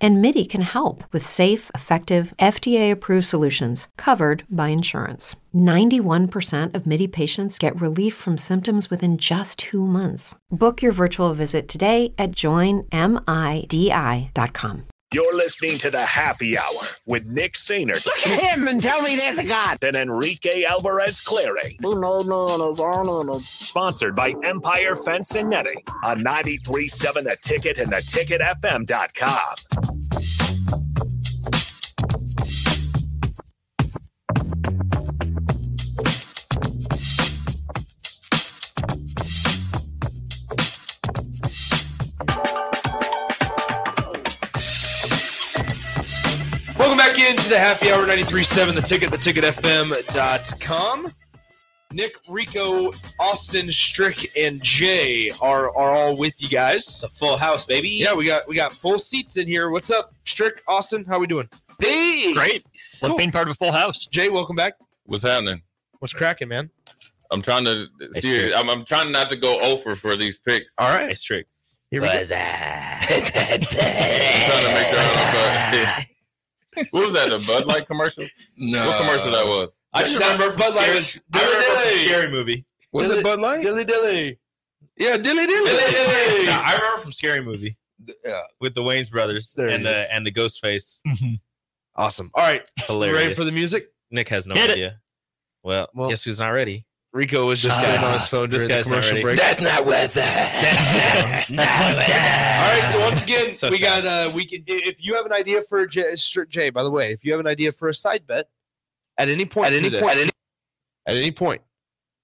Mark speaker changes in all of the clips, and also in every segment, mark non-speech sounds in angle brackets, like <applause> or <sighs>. Speaker 1: and MIDI can help with safe, effective, FDA approved solutions covered by insurance. 91% of MIDI patients get relief from symptoms within just two months. Book your virtual visit today at joinmidi.com.
Speaker 2: You're listening to the happy hour with Nick Sainert
Speaker 3: Look at him and tell me there's a God.
Speaker 2: and Enrique Alvarez Clary. Sponsored by Empire Fence and Netting on 937 The Ticket and theticketfm.com.
Speaker 4: Welcome back into the happy hour 93.7, the ticket, theticketfm.com. Nick, Rico, Austin, Strick, and Jay are, are all with you guys.
Speaker 5: It's a full house, baby.
Speaker 4: Yeah, we got we got full seats in here. What's up, Strick, Austin? How we doing?
Speaker 3: Hey.
Speaker 6: Great. We're
Speaker 4: Cool.
Speaker 6: being part of a full house.
Speaker 4: Jay, welcome back.
Speaker 7: What's happening?
Speaker 4: What's cracking, man?
Speaker 7: I'm trying to
Speaker 5: That's
Speaker 7: see.
Speaker 5: true.
Speaker 7: I'm, I'm trying not to go over for these picks.
Speaker 4: All right.
Speaker 5: It's true.
Speaker 4: Here we go.
Speaker 5: What's that?
Speaker 7: I'm trying to make sure I don't. But, what was that? A Bud Light commercial?
Speaker 8: No.
Speaker 7: what commercial that was?
Speaker 4: I just remember Bud Light was.
Speaker 7: was.
Speaker 4: I remember from
Speaker 7: Dilly
Speaker 4: Scary Movie.
Speaker 8: Was
Speaker 4: Dilly-
Speaker 8: it Bud Light?
Speaker 4: Dilly dilly.
Speaker 8: Yeah, dilly dilly.
Speaker 4: Dilly.
Speaker 5: I remember from Scary Movie
Speaker 8: Yeah.
Speaker 5: with the Wayne's brothers
Speaker 4: There
Speaker 5: and
Speaker 4: it
Speaker 5: the
Speaker 4: is.
Speaker 5: and the ghost face.
Speaker 4: Awesome. All right. You
Speaker 5: Hilarious.
Speaker 4: ready for the music?
Speaker 5: Nick has no
Speaker 6: Hit it.
Speaker 5: idea. Well,
Speaker 4: Well-
Speaker 5: guess who's not ready?
Speaker 4: Rico was just
Speaker 5: Ah,
Speaker 4: sitting on his phone
Speaker 5: this
Speaker 4: during the
Speaker 5: guy's not
Speaker 4: commercial
Speaker 5: ready.
Speaker 4: break.
Speaker 5: That-
Speaker 8: That's not worth
Speaker 4: <laughs> All
Speaker 8: it.
Speaker 4: right, so once again,
Speaker 5: So
Speaker 4: we
Speaker 5: sad.
Speaker 4: got uh, we can. i- If you have an idea for a J, Str- Jay, by the way, if you have an idea for a side bet, at any point, at any point, at any, at any point,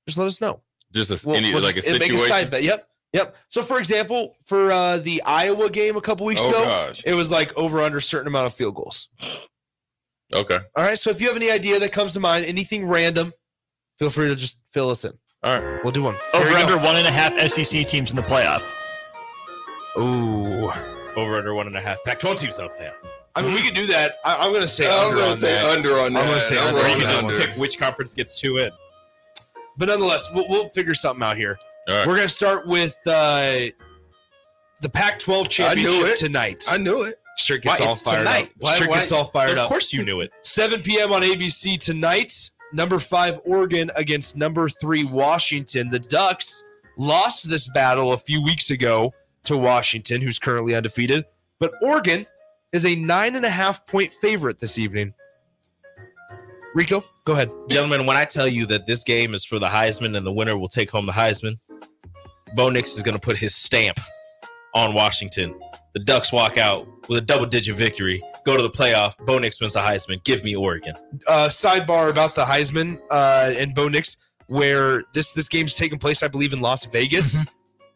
Speaker 4: just let us know.
Speaker 7: Just a,
Speaker 4: We'll-
Speaker 7: any,
Speaker 4: we'll
Speaker 7: like a
Speaker 4: just-
Speaker 7: situation.
Speaker 4: make a side bet. Yep, yep. So, for example, for uh, the Iowa game a couple weeks
Speaker 7: oh
Speaker 4: ago,
Speaker 7: gosh.
Speaker 4: it was like over under a certain amount of field goals.
Speaker 7: Okay.
Speaker 4: All right, so if you have any idea that comes to mind, anything random, feel free to just fill us in.
Speaker 7: All right.
Speaker 4: We'll do one. Here
Speaker 6: Over
Speaker 4: we go.
Speaker 6: under one and a half SEC teams in the playoff.
Speaker 5: Ooh. Over under one and a half. Pac-12 teams don't play.
Speaker 4: I mean, we could do that. I, I'm going to say
Speaker 8: I'm
Speaker 4: under
Speaker 8: gonna
Speaker 4: on
Speaker 8: say
Speaker 4: that.
Speaker 8: under on that.
Speaker 4: gonna say under.
Speaker 5: Or
Speaker 4: Or
Speaker 5: you
Speaker 4: you
Speaker 5: can
Speaker 4: could
Speaker 5: just
Speaker 4: under.
Speaker 5: pick which conference gets two in.
Speaker 4: But nonetheless, we'll, we'll figure something out here.
Speaker 7: All right.
Speaker 4: We're going to start with uh, the Pac-12
Speaker 8: I knew
Speaker 4: championship
Speaker 8: it.
Speaker 4: tonight.
Speaker 8: I knew it.
Speaker 4: Strick gets
Speaker 5: Why,
Speaker 4: all
Speaker 5: it's
Speaker 4: fired
Speaker 5: tonight.
Speaker 4: up.
Speaker 5: Why-
Speaker 4: Strick
Speaker 5: why-
Speaker 4: gets all fired
Speaker 5: of
Speaker 4: up.
Speaker 5: course you knew it.
Speaker 4: 7 p.m. on ABC tonight. Number five Oregon against number three Washington. The Ducks lost this battle a few weeks ago to Washington, who's currently undefeated. But Oregon is a nine and a half point favorite this evening. Rico, go ahead.
Speaker 5: Gentlemen, when I tell you that this game is for the Heisman and the winner will take home the Heisman, Bo Nix is going to put his stamp on Washington. The Ducks walk out with a double digit victory, go to the playoff. Bo Nix wins the Heisman. Give me Oregon.
Speaker 4: uh, sidebar about the Heisman uh, and Bo Nix, where this this game's taking place, I believe, in Las Vegas.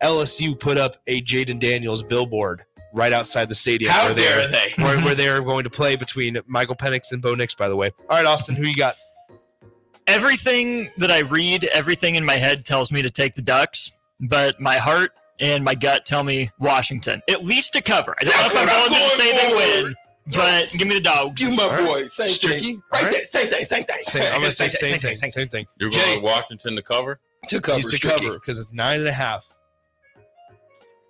Speaker 4: LSU put up a Jaden Daniels billboard right outside the stadium where they're
Speaker 5: they?
Speaker 4: where, where they're going to play between Michael Penix and Bo Nix. By the way, all right, Austin, who you got?
Speaker 6: Everything that I read, everything in my head tells me to take the Ducks, but my heart and my gut tell me Washington, at least to cover. I don't know if
Speaker 8: That's
Speaker 6: I'm
Speaker 8: what
Speaker 6: going
Speaker 8: I'm
Speaker 6: to say
Speaker 8: going
Speaker 6: they
Speaker 8: for.
Speaker 6: win, but give me the dogs.
Speaker 8: You my
Speaker 4: All right.
Speaker 8: boy. Same
Speaker 4: Stricky.
Speaker 8: thing. Right
Speaker 4: All
Speaker 8: there. Same thing. Same thing.
Speaker 4: Same, I'm gonna say same, thing,
Speaker 5: same
Speaker 4: same thing.
Speaker 7: You're
Speaker 4: Jay.
Speaker 7: going Washington to cover.
Speaker 8: To cover.
Speaker 4: He's to
Speaker 8: Stricky.
Speaker 4: cover because it's nine and a half.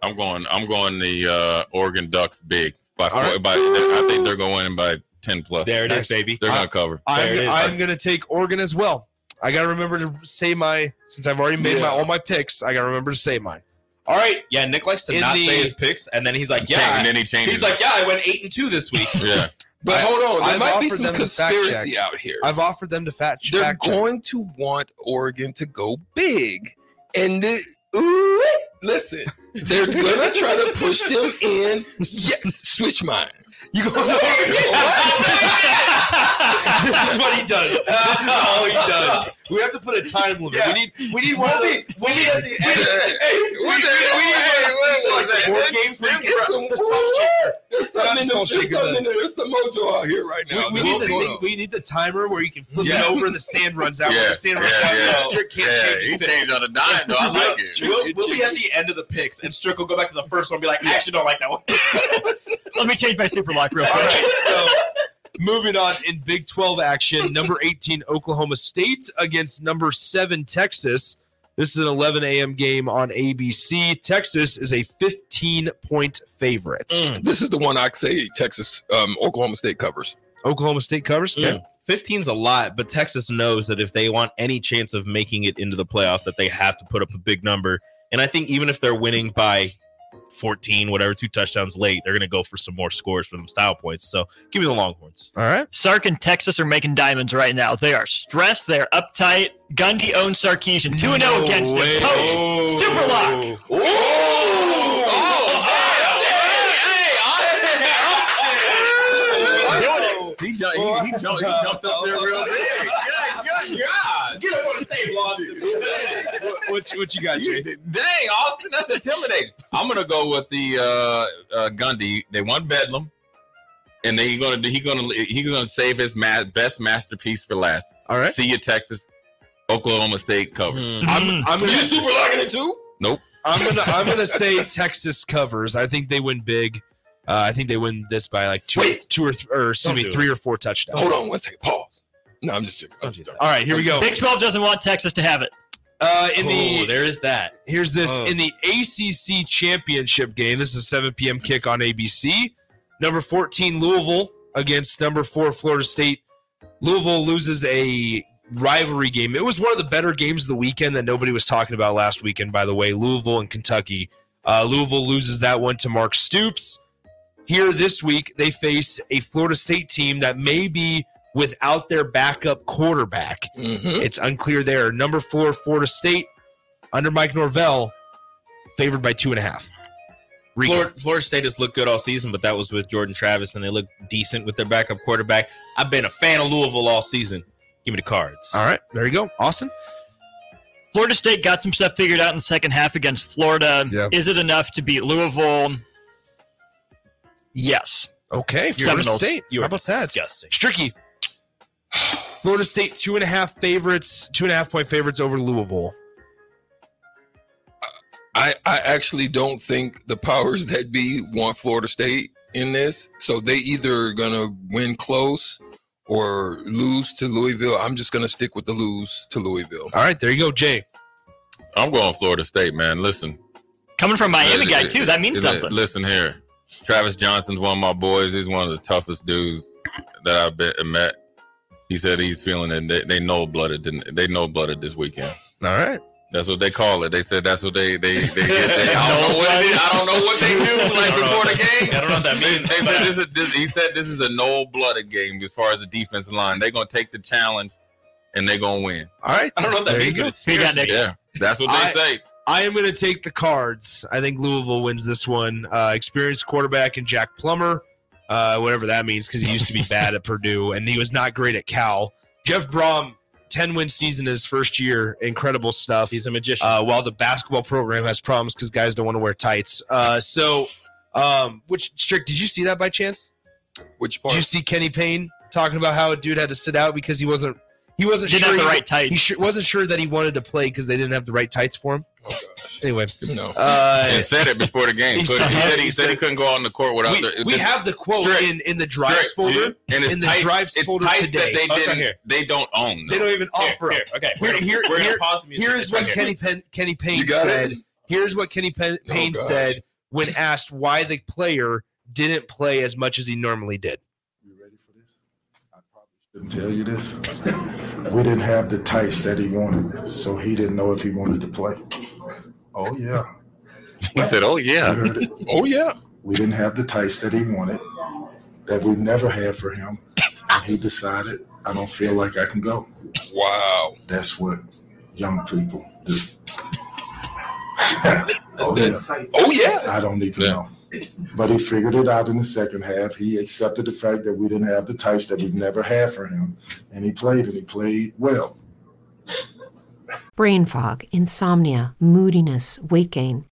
Speaker 7: I'm going. I'm going the uh, Oregon Ducks big by four,
Speaker 4: All right.
Speaker 7: by. I think they're going to win by ten plus. They're
Speaker 5: There it is,
Speaker 4: Nice.
Speaker 5: baby.
Speaker 7: going to cover.
Speaker 5: There it
Speaker 4: I'm,
Speaker 5: is.
Speaker 4: I'm gonna take Oregon as well. I gotta remember to say my since I've already made my
Speaker 8: Yeah.
Speaker 4: all my picks. I gotta remember to say mine. All right,
Speaker 5: Yeah, Nick likes to
Speaker 4: In
Speaker 5: not
Speaker 4: the-
Speaker 5: say his picks, and then he's like,
Speaker 7: Change- and
Speaker 5: "Yeah."
Speaker 7: then he changes.
Speaker 5: He's like, "Yeah, I went eight and two this <laughs> week."
Speaker 7: it. yeah.
Speaker 8: But hold on. There
Speaker 4: I've
Speaker 8: might be
Speaker 4: offered
Speaker 8: some
Speaker 4: them to fact
Speaker 8: conspiracy
Speaker 4: check.
Speaker 8: out here.
Speaker 4: I've offered them to fat.
Speaker 8: They're
Speaker 4: fact check.
Speaker 8: going to want Oregon to go big. And the, ooh, listen, they're going to try to push them in. Yeah, switch mine. You going to Oregon?
Speaker 4: this is what he does. This is all he does. We have to put a time limit. We
Speaker 7: Yeah.
Speaker 4: need we need one of those. We need at the end.
Speaker 7: Hey, what the hell?
Speaker 4: Like the board games where you
Speaker 8: There's
Speaker 4: grab
Speaker 8: some-
Speaker 4: the salt shaker.
Speaker 8: There's something in the
Speaker 4: Salt
Speaker 8: there's
Speaker 4: shaker,
Speaker 8: something
Speaker 4: the-
Speaker 8: in there. There's some mojo out here right now.
Speaker 4: we, we need
Speaker 8: There's
Speaker 4: the
Speaker 8: mojo.
Speaker 4: thing, we need the timer where you can flip
Speaker 7: Yeah.
Speaker 4: it over and the sand runs out. When
Speaker 7: Yeah,
Speaker 4: the sand runs
Speaker 7: yeah,
Speaker 4: out,
Speaker 7: yeah.
Speaker 4: Strick can't
Speaker 7: yeah,
Speaker 4: change
Speaker 7: he
Speaker 4: the
Speaker 7: changed on a dime, though. I like it.
Speaker 5: We'll, we'll be at the end of the picks, and Strick will go back to the first one and be like, I actually don't like that one.
Speaker 6: Let me change my super lock real
Speaker 4: All
Speaker 6: quick.
Speaker 4: right, so moving on in Big 12 action, number 18 Oklahoma State against number 7 Texas. This is an 11 a.m. game on ABC. Texas is a 15 point favorite.
Speaker 7: Mm.
Speaker 8: This is the one I say Texas, um, Oklahoma State covers.
Speaker 4: Oklahoma State
Speaker 5: Mm.
Speaker 4: covers. Okay.
Speaker 5: 15's a lot, but Texas knows that if they want any chance of making it into the playoff, that they have to put up a big number. And I think even if they're winning by 14, whatever, two touchdowns late, they're going to go for some more scores for them style points. So give me the Longhorns.
Speaker 4: All right.
Speaker 6: <laughs> Sark and Texas are making diamonds right now. They are stressed. They are uptight. Gundy owns Sarkeesian. 2 0 against him. Coach, super lock.
Speaker 8: Oh,
Speaker 7: He, ju- he, he, jumped, he jumped up there real big. Good God. Get up on the table, Austin.
Speaker 4: What, what you got,
Speaker 7: You-
Speaker 4: Jay?
Speaker 7: dang, Austin, that's intimidating. I'm gonna go with the uh, uh, Gundy. They won Bedlam, and they gonna do- he gonna he's gonna save his ma- best masterpiece for last.
Speaker 4: All right.
Speaker 7: See you, Texas. Oklahoma State covers.
Speaker 6: Mm.
Speaker 4: I'm
Speaker 8: You
Speaker 4: gonna,
Speaker 8: super liking it too?
Speaker 4: I'm gonna I'm gonna say Texas covers. I think they win big. Uh, I think they win this by like two,
Speaker 8: Wait.
Speaker 4: two or, th- or excuse
Speaker 5: Don't
Speaker 4: me,
Speaker 5: do it.
Speaker 4: three or four touchdowns.
Speaker 8: Hold on one second. Pause. No, I'm just joking. I'm just joking.
Speaker 4: All right, here we go.
Speaker 6: Big 12 doesn't want Texas to have it.
Speaker 4: Uh, in the
Speaker 5: there is that.
Speaker 4: Here's this
Speaker 5: Oh.
Speaker 4: in the ACC championship game. This is a 7 p.m. kick on ABC. Number 14 Louisville against number four Florida State. Louisville loses a rivalry game. It was one of the better games of the weekend that nobody was talking about last weekend. By the way, Louisville and Kentucky. Uh, Louisville loses that one to Mark Stoops. Here this week, they face a Florida State team that may be without their backup quarterback.
Speaker 8: Mhm.
Speaker 4: It's unclear there. Number four, Florida State, under Mike Norvell, favored by two and a half. Rico.
Speaker 5: Florida, Florida State has looked good all season, but that was with Jordan Travis, and they look decent with their backup quarterback. I've been a fan of Louisville all season. Give me the cards.
Speaker 4: All right, there you go, Austin.
Speaker 6: Florida State got some stuff figured out in the second half against Florida.
Speaker 8: Yeah.
Speaker 6: Is it enough to beat Louisville? Yes.
Speaker 4: Okay,
Speaker 6: You're
Speaker 4: Florida
Speaker 6: an
Speaker 4: State.
Speaker 5: You
Speaker 4: How
Speaker 5: are
Speaker 4: about that?
Speaker 5: disgusting.
Speaker 4: Stricky. <sighs> Florida State two and a half favorites, two and a half point favorites over Louisville.
Speaker 8: I, I actually don't think the powers that be want Florida State in this. So they either gonna win close or lose to Louisville. I'm just gonna stick with the lose to Louisville.
Speaker 4: All right, there you go, Jay.
Speaker 7: I'm going Florida State, man. Listen,
Speaker 6: Coming from Miami
Speaker 7: Uh,
Speaker 6: guy,
Speaker 7: uh,
Speaker 6: too. That means
Speaker 7: Is it-
Speaker 6: something.
Speaker 7: Listen here, Travis Johnson's one of my boys. He's one of the toughest dudes that I've been, met. He said he's feeling it. They, they know blooded. didn't- They know blooded this weekend.
Speaker 4: All right,
Speaker 7: That's what they call it. They said that's what they they
Speaker 4: <laughs>
Speaker 7: they. they, they I don't know what it is. I don't know what they do
Speaker 5: I
Speaker 7: like
Speaker 5: don't know.
Speaker 7: before the
Speaker 4: <laughs>
Speaker 7: game.
Speaker 5: I don't know what that means,
Speaker 7: They, they
Speaker 5: but-
Speaker 7: said this is, this, he said this is a no blooded game as far as the defensive line. They're gonna take the challenge and they're gonna win.
Speaker 4: all right.
Speaker 5: I don't know what that
Speaker 4: There you
Speaker 5: means,
Speaker 4: go.
Speaker 5: but it's
Speaker 6: Who you got
Speaker 5: serious.
Speaker 6: next?
Speaker 7: Yeah, that's what they say.
Speaker 4: I am going to take the cards. I think Louisville wins this one. Uh, experienced quarterback and Jack Plummer, uh, whatever that means, because he used to
Speaker 5: <laughs>
Speaker 4: be bad at Purdue and he was not great at Cal. Jeff Brom, 10 win season his first year. Incredible stuff.
Speaker 5: He's a magician.
Speaker 4: Uh, while the basketball program has problems because guys don't want to wear tights. Uh, so, um, which, Strick, did you see that by chance?
Speaker 8: Which
Speaker 4: Did
Speaker 8: part?
Speaker 4: you see Kenny Payne talking about how a dude had to sit out because he wasn't. He wasn't
Speaker 6: Didn't
Speaker 4: sure
Speaker 6: have the
Speaker 4: he-
Speaker 6: right tight.
Speaker 4: He sure, wasn't sure that he wanted to play because they didn't have the right tights for him.
Speaker 8: Oh,
Speaker 4: Anyway,
Speaker 8: no.
Speaker 4: uh,
Speaker 7: And said it before the
Speaker 4: <laughs>
Speaker 7: game.
Speaker 4: He said-
Speaker 7: Couldn't- he said he said he couldn't go on the court without
Speaker 4: we,
Speaker 7: the.
Speaker 4: we
Speaker 7: the-
Speaker 4: have the quote
Speaker 7: Strick.
Speaker 4: in, in the drives
Speaker 7: Strick,
Speaker 4: folder.
Speaker 7: dude. and it's
Speaker 4: in the
Speaker 7: tight,
Speaker 4: drives
Speaker 7: it's
Speaker 4: folder
Speaker 7: tight
Speaker 4: today.
Speaker 7: that they
Speaker 4: Oh, it's right
Speaker 7: didn't.
Speaker 4: here.
Speaker 7: They don't own.
Speaker 4: They
Speaker 7: them.
Speaker 4: don't
Speaker 8: <laughs>
Speaker 4: even offer them.
Speaker 5: okay.
Speaker 4: Here- here-
Speaker 5: we're
Speaker 4: here-
Speaker 5: gonna pause the music.
Speaker 4: Here is
Speaker 5: It's
Speaker 4: what
Speaker 5: right
Speaker 4: Kenny Pen, Kenny Payne
Speaker 8: You got
Speaker 4: said.
Speaker 8: it?
Speaker 4: Here's what Kenny Pen,
Speaker 8: Oh,
Speaker 4: Payne
Speaker 8: gosh.
Speaker 4: said when asked why the player didn't play as much as he normally did.
Speaker 9: You ready for this? I probably shouldn't tell you this. we didn't have the tights that he wanted, so he didn't know if he wanted to play. Oh yeah,
Speaker 7: He said, "Oh
Speaker 9: you
Speaker 7: yeah."
Speaker 9: heard it.
Speaker 8: Oh yeah.
Speaker 9: We didn't have the tights that he wanted, that we've never had for him. And he decided, I don't feel like I can go.
Speaker 8: Wow.
Speaker 9: That's what young people do.
Speaker 8: <laughs> That's
Speaker 9: oh,
Speaker 8: the-
Speaker 9: yeah.
Speaker 8: Oh yeah.
Speaker 9: I don't even
Speaker 7: Yeah.
Speaker 9: know. But he figured it out in the second half. He accepted the fact that we didn't have the tights that we've never had for him. And he played and he played well.
Speaker 1: Brain fog, insomnia, moodiness, weight gain.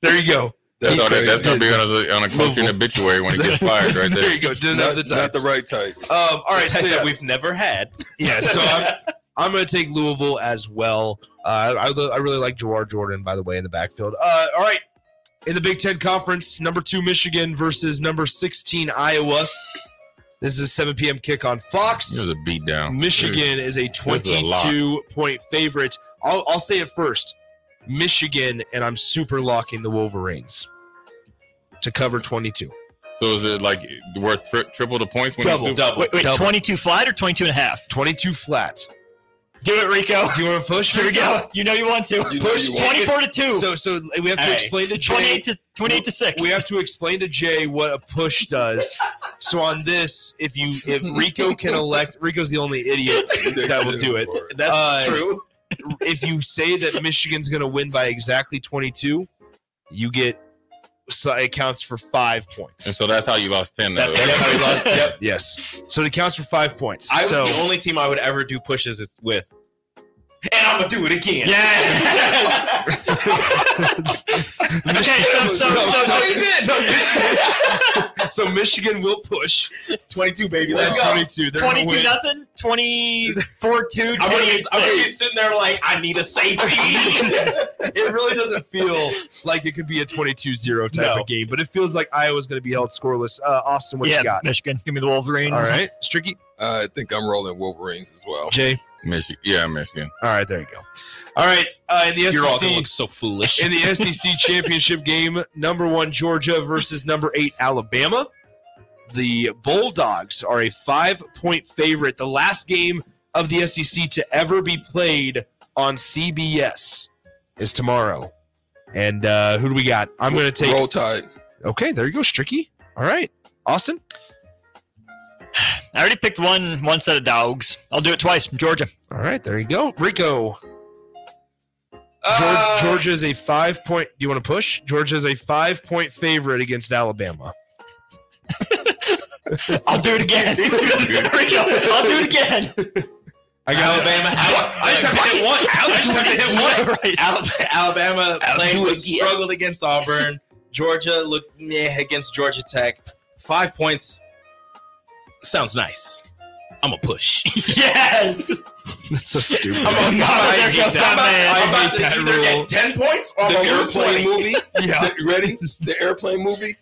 Speaker 4: There you go.
Speaker 7: That's,
Speaker 8: That's
Speaker 7: all that,
Speaker 8: crazy.
Speaker 7: that's gonna be on a, on a coaching
Speaker 4: Louisville.
Speaker 7: obituary when he gets fired
Speaker 4: <laughs>
Speaker 7: right
Speaker 4: There
Speaker 7: there.
Speaker 4: you go. Didn't
Speaker 8: Not,
Speaker 4: have the
Speaker 8: the
Speaker 4: time.
Speaker 8: not the right tights.
Speaker 4: Um, all right.
Speaker 5: Types
Speaker 4: So yeah,
Speaker 5: that we've never had.
Speaker 4: yeah, so I'm, I'm going to take Louisville as well. Uh, I, I really like Jawar Jordan, by the way, in the backfield. Uh, all right. In the Big Ten Conference, number two Michigan versus number 16 Iowa. This is 7 p.m. kick on
Speaker 7: It was
Speaker 4: Fox.
Speaker 7: a beatdown.
Speaker 4: Michigan is a
Speaker 7: was a lot.
Speaker 4: 22 point favorite. I'll, I'll say it first Michigan, and I'm super locking the Wolverines to cover 22.
Speaker 7: So is it like worth tri- triple the points when
Speaker 4: Double,
Speaker 7: you
Speaker 4: double.
Speaker 6: Wait, wait
Speaker 4: Double.
Speaker 6: 22 flat or 22 and a half?
Speaker 4: 22 flat.
Speaker 6: Do it, Rico.
Speaker 4: Do you want to push?
Speaker 6: Here we go. You know you want to.
Speaker 8: You know
Speaker 4: push
Speaker 8: you want-
Speaker 6: 24 to 2.
Speaker 4: So, so we have to
Speaker 5: Hey,
Speaker 4: explain to Jay.
Speaker 6: 28 to 28 to 6.
Speaker 4: we have to explain to Jay what a push does. So on this, if you if Rico can elect, Rico's the only
Speaker 5: <laughs>
Speaker 4: idiot that will do it.
Speaker 5: That's
Speaker 4: Uh,
Speaker 5: true.
Speaker 4: If you say that Michigan's going to win by exactly 22, you get so it counts for five
Speaker 7: And
Speaker 4: <laughs> points.
Speaker 7: so that's how you lost ten. though.
Speaker 5: That's- that's how you lost, yep.
Speaker 4: Yes, so it counts for five points.
Speaker 5: I was
Speaker 4: so,
Speaker 5: the only team I would ever do pushes is- with. And I'm gonna do it again.
Speaker 6: Yes! <laughs> okay, so, so, so, so,
Speaker 4: so Michigan- <laughs> so Michigan will push 22, baby.
Speaker 5: Let's go.
Speaker 4: 22. They're gonna
Speaker 6: 22
Speaker 4: win.
Speaker 6: nothing, 24 2,
Speaker 5: <laughs> I'm gonna,
Speaker 6: 28
Speaker 5: be, I'm gonna be
Speaker 6: 6.
Speaker 5: sitting there like I need a safety.
Speaker 4: <laughs> it really doesn't feel like it could be a 22-0 type
Speaker 5: No.
Speaker 4: of game, but it feels like Iowa's going to be held scoreless. Uh, Austin, what
Speaker 6: yeah,
Speaker 4: you got?
Speaker 6: Michigan. Give me the Wolverines.
Speaker 4: All right, Stricky,
Speaker 8: I think I'm rolling Wolverines as well.
Speaker 4: Jay.
Speaker 7: Michigan. Yeah, Michigan.
Speaker 4: All right, there you go. All right, uh, in the
Speaker 5: You're all gonna
Speaker 4: SEC
Speaker 5: look so <laughs> foolish.
Speaker 4: in the SEC championship game, number one Georgia versus number eight Alabama. The Bulldogs are a five-point favorite. The last game of the SEC to ever be played on CBS is tomorrow. And uh, who do we got? I'm going to take
Speaker 8: Roll Tide.
Speaker 4: Okay, there you go, Stricky. All right, Austin.
Speaker 6: I already picked one one set of dogs. I'll do it twice. Georgia.
Speaker 4: All right, there you go, Rico.
Speaker 6: Ah.
Speaker 5: Uh,
Speaker 4: Geor- Georgia is a five point. Do you want to push? Georgia is a five point favorite against Alabama.
Speaker 6: I'll do it
Speaker 5: <laughs>
Speaker 6: again. Rico, I'll do it again.
Speaker 4: I
Speaker 5: Alabama. Al- I
Speaker 6: <laughs>
Speaker 5: just have to hit once. I just have to hit once. <laughs>
Speaker 6: Right.
Speaker 5: Al- Alabama
Speaker 6: I'll
Speaker 5: played
Speaker 6: do it
Speaker 5: was
Speaker 6: again.
Speaker 5: struggled against Auburn. Georgia looked meh against Georgia Tech. Five points sounds nice. I'm a <laughs> push.
Speaker 6: Yes.
Speaker 4: That's so stupid.
Speaker 5: I'm a-
Speaker 6: Oh, no,
Speaker 5: I
Speaker 6: there
Speaker 5: hate
Speaker 6: goes
Speaker 5: that.
Speaker 6: that
Speaker 5: I'm
Speaker 6: man.
Speaker 5: about to
Speaker 4: I hate that
Speaker 5: either
Speaker 4: rule.
Speaker 5: get ten points or I'm
Speaker 8: The
Speaker 5: gonna lose 20.
Speaker 8: airplane movie.
Speaker 4: <laughs>
Speaker 8: The- you ready? The airplane movie.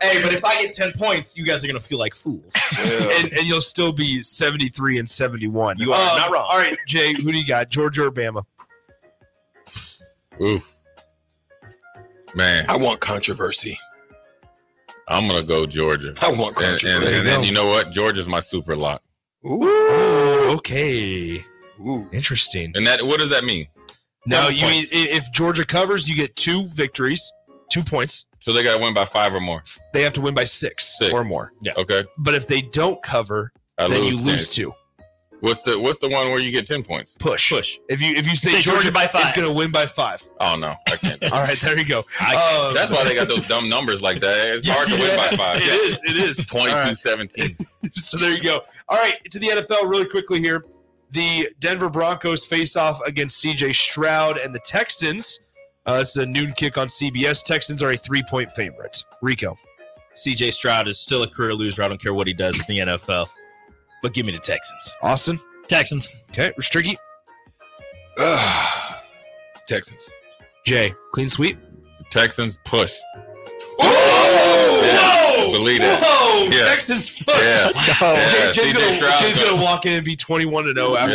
Speaker 5: Hey, but if I get ten points, you guys are gonna feel like fools.
Speaker 8: Yeah.
Speaker 4: and, and you'll still be seventy three and seventy one.
Speaker 5: You are not wrong.
Speaker 4: All right, Jay. Who do you got? Georgia or Bama?
Speaker 7: Oof. <laughs> Man,
Speaker 8: I want controversy.
Speaker 7: I'm gonna go Georgia.
Speaker 8: I want
Speaker 7: And,
Speaker 8: controversy.
Speaker 7: and, and
Speaker 4: There you
Speaker 7: then
Speaker 4: go.
Speaker 7: you know what? Georgia's my super lock.
Speaker 4: Ooh, okay,
Speaker 8: Ooh.
Speaker 4: interesting.
Speaker 7: And that what does that mean?
Speaker 4: Now
Speaker 5: Double
Speaker 4: you mean
Speaker 5: points.
Speaker 4: i- if Georgia covers, you get two victories, two points.
Speaker 7: So they gotta win by five or more.
Speaker 4: They have to win by six,
Speaker 7: Six.
Speaker 4: or more.
Speaker 7: Okay.
Speaker 4: But if they don't cover,
Speaker 7: I
Speaker 4: then
Speaker 7: lose
Speaker 4: you lose
Speaker 7: 10.
Speaker 4: two.
Speaker 7: What's the what's the one where you get ten points?
Speaker 4: Push. Push. If you if you say
Speaker 6: Say
Speaker 4: Georgia,
Speaker 6: Georgia by
Speaker 4: is
Speaker 6: five.
Speaker 4: going to win by
Speaker 6: <laughs>
Speaker 4: five.
Speaker 7: Oh no,
Speaker 4: <laughs>
Speaker 7: I can't.
Speaker 4: All right, there you go. Um,
Speaker 7: That's why they got those dumb numbers like that. It's hard to win by five.
Speaker 4: <laughs> It is. It is.
Speaker 7: 22
Speaker 4: All right.
Speaker 7: 17.
Speaker 4: so there you go. All right, to the NFL really quickly here. The Denver Broncos face off against CJ Stroud and the Texans. Uh, this is a noon kick on CBS. Texans are a three point favorite. Rico.
Speaker 5: CJ Stroud is still a career loser. I don't care what he does in the NFL. But give me the Texans.
Speaker 4: Austin.
Speaker 6: Texans.
Speaker 4: Okay. Restricky.
Speaker 8: Ah. Texans.
Speaker 4: Jay. Clean sweep.
Speaker 7: Texans push.
Speaker 4: Whoa!
Speaker 7: Believe it.
Speaker 4: Whoa!
Speaker 7: Yeah.
Speaker 4: Texans.
Speaker 7: Yeah.
Speaker 6: Oh.
Speaker 7: Yeah,
Speaker 4: Jay, Jay's
Speaker 7: CJ
Speaker 4: gonna,
Speaker 7: Stroud's
Speaker 4: Jay's gonna
Speaker 7: gonna-
Speaker 4: walk in and be 21 to 0 after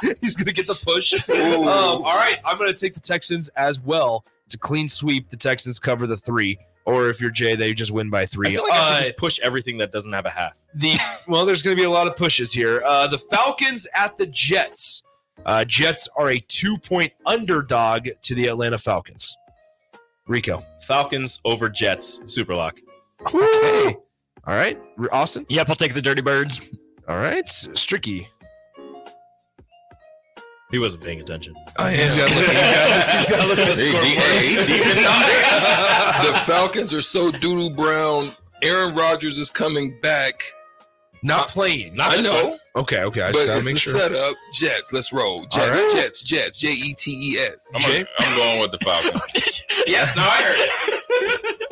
Speaker 5: <laughs>
Speaker 4: <laughs> this week. He's gonna get the push. Um, all right, I'm gonna take the Texans as well. It's a clean sweep. The Texans cover the three, or if you're Jay, they just win by
Speaker 5: <laughs> I
Speaker 4: three.
Speaker 5: feel like I
Speaker 4: Uh,
Speaker 5: should just push everything that doesn't have a half.
Speaker 4: the well, there's going to be a lot of pushes here. Uh, the Falcons at the Jets. Uh, Jets are a two-point underdog to the Atlanta Falcons. Rico.
Speaker 5: Falcons over Jets. Super lock.
Speaker 4: Okay. All right, Austin.
Speaker 6: Yep, I'll take the Dirty
Speaker 5: <laughs>
Speaker 6: Birds.
Speaker 4: All right, Stricky.
Speaker 5: He wasn't paying attention.
Speaker 7: Oh,
Speaker 8: I am.
Speaker 4: He's got
Speaker 7: <laughs>
Speaker 4: to look, he's gotta- he's gotta look at the
Speaker 8: Hey, D- hey,
Speaker 4: scoreboard.
Speaker 8: he's deep in the Falcons are so doodle brown. Aaron Rodgers is coming back.
Speaker 4: Not playing. Not
Speaker 8: I
Speaker 4: this
Speaker 8: know,
Speaker 4: one. Okay, okay. I just
Speaker 8: but
Speaker 4: gotta
Speaker 8: it's
Speaker 4: make
Speaker 8: a
Speaker 4: sure.
Speaker 8: setup. Jets, let's roll. Jets,
Speaker 4: right.
Speaker 8: Jets, Jets. J E T E S.
Speaker 7: I'm, gonna-
Speaker 4: Jay?
Speaker 7: I'm going with the Falcons.
Speaker 8: <laughs>
Speaker 5: Yeah,
Speaker 4: <laughs>
Speaker 5: no, I heard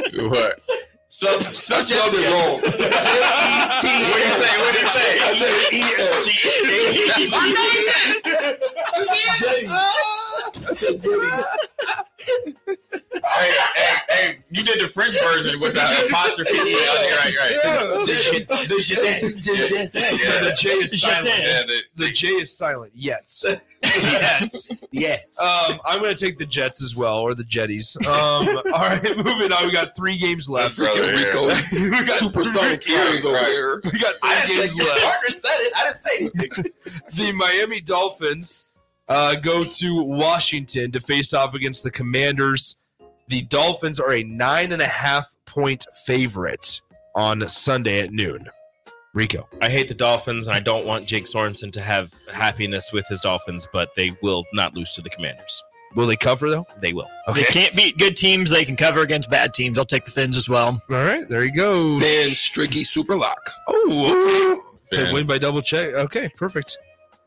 Speaker 5: it.
Speaker 8: What?
Speaker 5: Spell,
Speaker 8: I
Speaker 5: spell
Speaker 8: spelled it wrong. J E T E
Speaker 5: What
Speaker 8: S.
Speaker 5: do you say? What do you say?
Speaker 8: I said E S. I said J E.
Speaker 7: hey, hey, hey, you did the French version with the apostrophe. Yeah, right, right.
Speaker 8: Yeah.
Speaker 7: shit- the shit-
Speaker 4: Yeah,
Speaker 7: Yeah,
Speaker 4: the J is silent.
Speaker 7: yeah, the-
Speaker 4: The J is silent.
Speaker 8: <laughs>
Speaker 4: Yes. yes.
Speaker 5: Yes.
Speaker 4: Um, I'm gonna take the Jets as well, or the Jetties. Um, <laughs> all right, moving on. We got three games left. we
Speaker 8: Freaking Rico.
Speaker 4: got
Speaker 8: Supersonic ears over here.
Speaker 4: We got three games left.
Speaker 5: said it. I didn't say anything.
Speaker 4: the Miami Dolphins uh, go to Washington to face off against the Commanders. The Dolphins are a nine and a half point favorite on Sunday at noon. Rico,
Speaker 5: I hate the Dolphins, and I don't want Jake Sorensen to have happiness with his Dolphins, but they will not lose to the Commanders.
Speaker 4: will they cover though?
Speaker 5: They will.
Speaker 4: Okay.
Speaker 6: They can't beat good teams. They can cover against bad teams. I'll take the Fins as well.
Speaker 4: All right, there you go.
Speaker 8: Then Stricky Superlock.
Speaker 4: Oh, okay.
Speaker 7: Fans.
Speaker 4: To win by double check. Okay, perfect.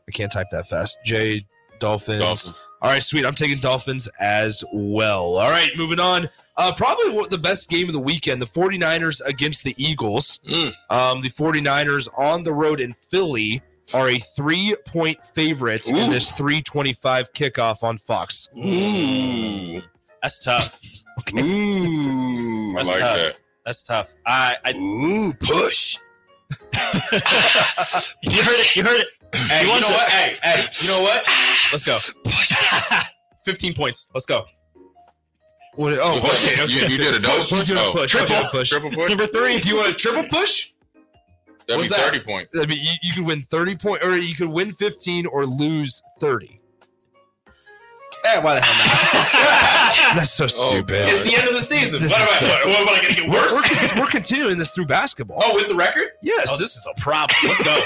Speaker 4: I can't type that fast. J Dolphins.
Speaker 7: Dolphins.
Speaker 4: All right, sweet. I'm taking Dolphins as well. All right, moving on. Uh, probably one- the best game of the weekend the 49ers against the Eagles.
Speaker 8: Mm.
Speaker 4: Um, the 49ers on the road in Philly are a three point favorite in
Speaker 8: Ooh.
Speaker 4: this 325 kickoff on Fox.
Speaker 8: Ooh.
Speaker 5: That's tough.
Speaker 8: Ooh.
Speaker 7: I
Speaker 5: That's
Speaker 7: like
Speaker 5: tough.
Speaker 7: that.
Speaker 5: That's tough. I, I
Speaker 8: Ooh, push.
Speaker 6: You heard it. You heard it.
Speaker 5: hey, you know
Speaker 6: wants it.
Speaker 5: what? Hey, hey, you know
Speaker 4: <sighs>
Speaker 5: what?
Speaker 4: <laughs>
Speaker 5: Let's go. 15 points. Let's go.
Speaker 4: What, oh,
Speaker 7: What's
Speaker 4: okay. <laughs>
Speaker 7: that?
Speaker 4: okay.
Speaker 7: You, you did a double
Speaker 4: He's
Speaker 7: push?
Speaker 4: doing a
Speaker 7: Oh,
Speaker 4: push.
Speaker 7: Triple,
Speaker 4: He's doing a push.
Speaker 7: triple push?
Speaker 4: Number three. Do you want a triple push?
Speaker 7: That'd
Speaker 4: what's
Speaker 7: be
Speaker 4: that?
Speaker 7: 30 points.
Speaker 4: I mean, you, you could win 30 point, or you could win 15 or lose 30. Eh, why the hell not? <laughs> That's so stupid.
Speaker 8: God.
Speaker 5: It's the end of the season.
Speaker 4: This
Speaker 5: What am,
Speaker 4: is
Speaker 5: I, what, what am I gonna get worse?
Speaker 4: we're, we're, we're continuing this through basketball.
Speaker 5: oh, with the record?
Speaker 4: yes.
Speaker 5: Oh, this is a problem. Let's go.
Speaker 4: <laughs>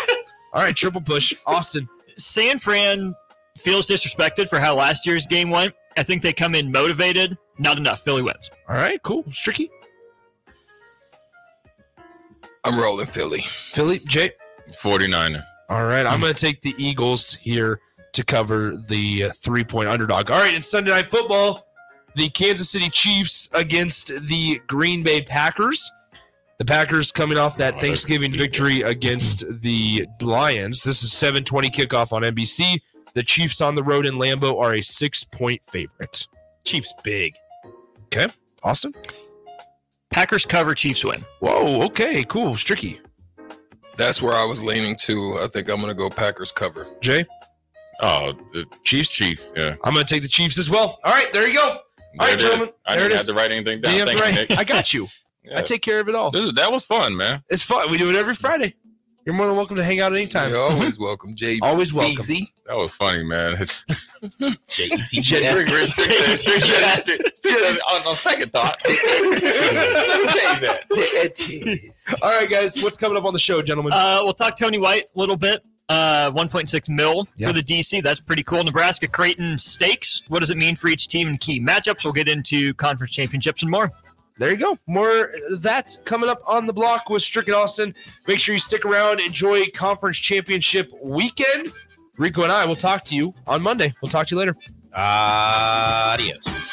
Speaker 4: All right, triple push. Austin.
Speaker 6: San Fran feels disrespected for how last year's game went. I think they come in motivated. Not enough. Philly wins.
Speaker 4: All right, cool. Stricky.
Speaker 8: I'm rolling Philly.
Speaker 4: Philly. Jay.
Speaker 7: 49er.
Speaker 4: All right, I'm going to take the Eagles here to cover the uh, three point underdog. All right, in Sunday Night Football, the Kansas City Chiefs against the Green Bay Packers. The Packers coming off that
Speaker 7: Oh,
Speaker 4: Thanksgiving
Speaker 7: that's a big
Speaker 4: victory against the Lions. This is 7:20 kickoff on NBC. The Chiefs on the road in Lambeau are a six-point favorite.
Speaker 5: Chiefs big.
Speaker 4: Austin.
Speaker 6: Packers cover. Chiefs win.
Speaker 4: Whoa. Okay. Cool. Stricky.
Speaker 8: That's where I was leaning to. I think I'm going to go Packers cover.
Speaker 4: Jay.
Speaker 7: Oh, the Chiefs, Chief. Yeah.
Speaker 4: I'm going to take the Chiefs as well. All right. There you go.
Speaker 7: There
Speaker 4: right,
Speaker 7: it is.
Speaker 4: gentlemen,
Speaker 7: I
Speaker 4: there it
Speaker 7: didn't
Speaker 4: is.
Speaker 7: have to write anything down.
Speaker 4: Damn
Speaker 7: Thank you,
Speaker 4: right.
Speaker 7: Nick.
Speaker 4: I got you.
Speaker 7: Yeah.
Speaker 4: I take care of it all.
Speaker 7: This is- that was fun, man.
Speaker 4: It's fun. We do it every Friday. You're more than welcome to hang out anytime.
Speaker 8: You're always welcome, JB.
Speaker 4: Always welcome.
Speaker 7: That was funny, man.
Speaker 5: J-E-T-S.
Speaker 7: on, on second thought. Let me change that.
Speaker 4: All right, guys, what's coming up on the show, gentlemen?
Speaker 6: Uh, we'll talk Tony White a little bit. Uh, 1.6 mil
Speaker 4: Yeah.
Speaker 6: for the DC. That's pretty cool. Nebraska Creighton stakes. What does it mean for each team and key matchups? We'll get into conference championships and more.
Speaker 4: there you go. More that's coming up on the block with Stricken Austin. Make sure you stick around. Enjoy conference championship weekend. Rico and I will talk to you on Monday. We'll talk to you later.
Speaker 5: Adios.